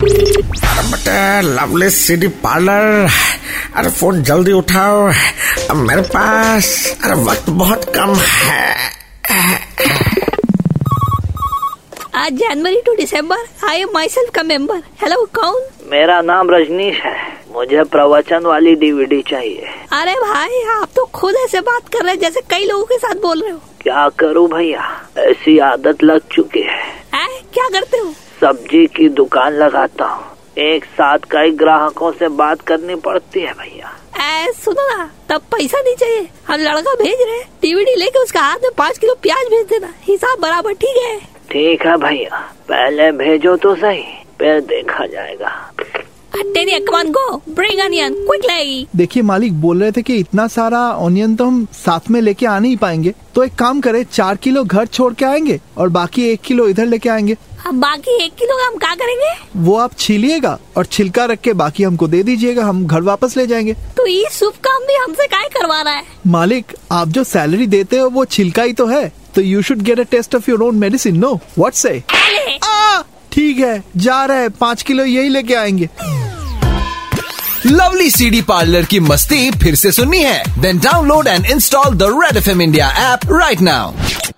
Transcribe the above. अरे बटे lovely city parlour अरे फोन जल्दी उठाओ अब मेरे पास अरे वक्त बहुत कम है आज जनवरी to December I am myself का मेंबर हेलो कौन मेरा नाम रजनीश है मुझे प्रवचन वाली डीवीडी चाहिए अरे भाई आप तो खुद ऐसे बात कर रहे हैं जैसे कई लोगों के साथ बोल रहे हो क्या करूं भैया ऐसी आदत लग चुकी है हैं? क्या करते हो सब्जी की दुकान लगाता हूँ एक साथ कई ग्राहकों से बात करनी पड़ती है भैया ऐ सुनो ना तब पैसा नहीं चाहिए हम लड़का भेज रहे हैं डीवीडी लेके उसका हाथ में पाँच किलो प्याज भेज देना हिसाब बराबर ठीक है ठीक है भैया पहले भेजो तो सही फिर देखा जाएगा अटेनिया come on go bring onion quickly देखिए मालिक बोल रहे थे कि इतना सारा ऑनियन तो हम साथ में लेके आ नहीं पाएंगे तो एक काम करें चार किलो घर छोड़ के आएंगे और बाकी एक किलो इधर लेके आएंगे अब बाकी एक किलो का हम क्या करेंगे वो आप छीलिएगा और छिलका रख के बाकी हमको दे दीजिएगा हम घर वापस ले जाएंगे तो ये शुभ काम भी हमसे काय करवा रहा है मालिक आप जो सैलरी देते हो वो छिलका ही तो है तो you should get a taste of your own medicine no what say अरे ठीक है जा रहे पाँच किलो यही लेके आएंगे लवली सीडी पार्लर की मस्ती फिर से सुननी है then download and install the red F India app right now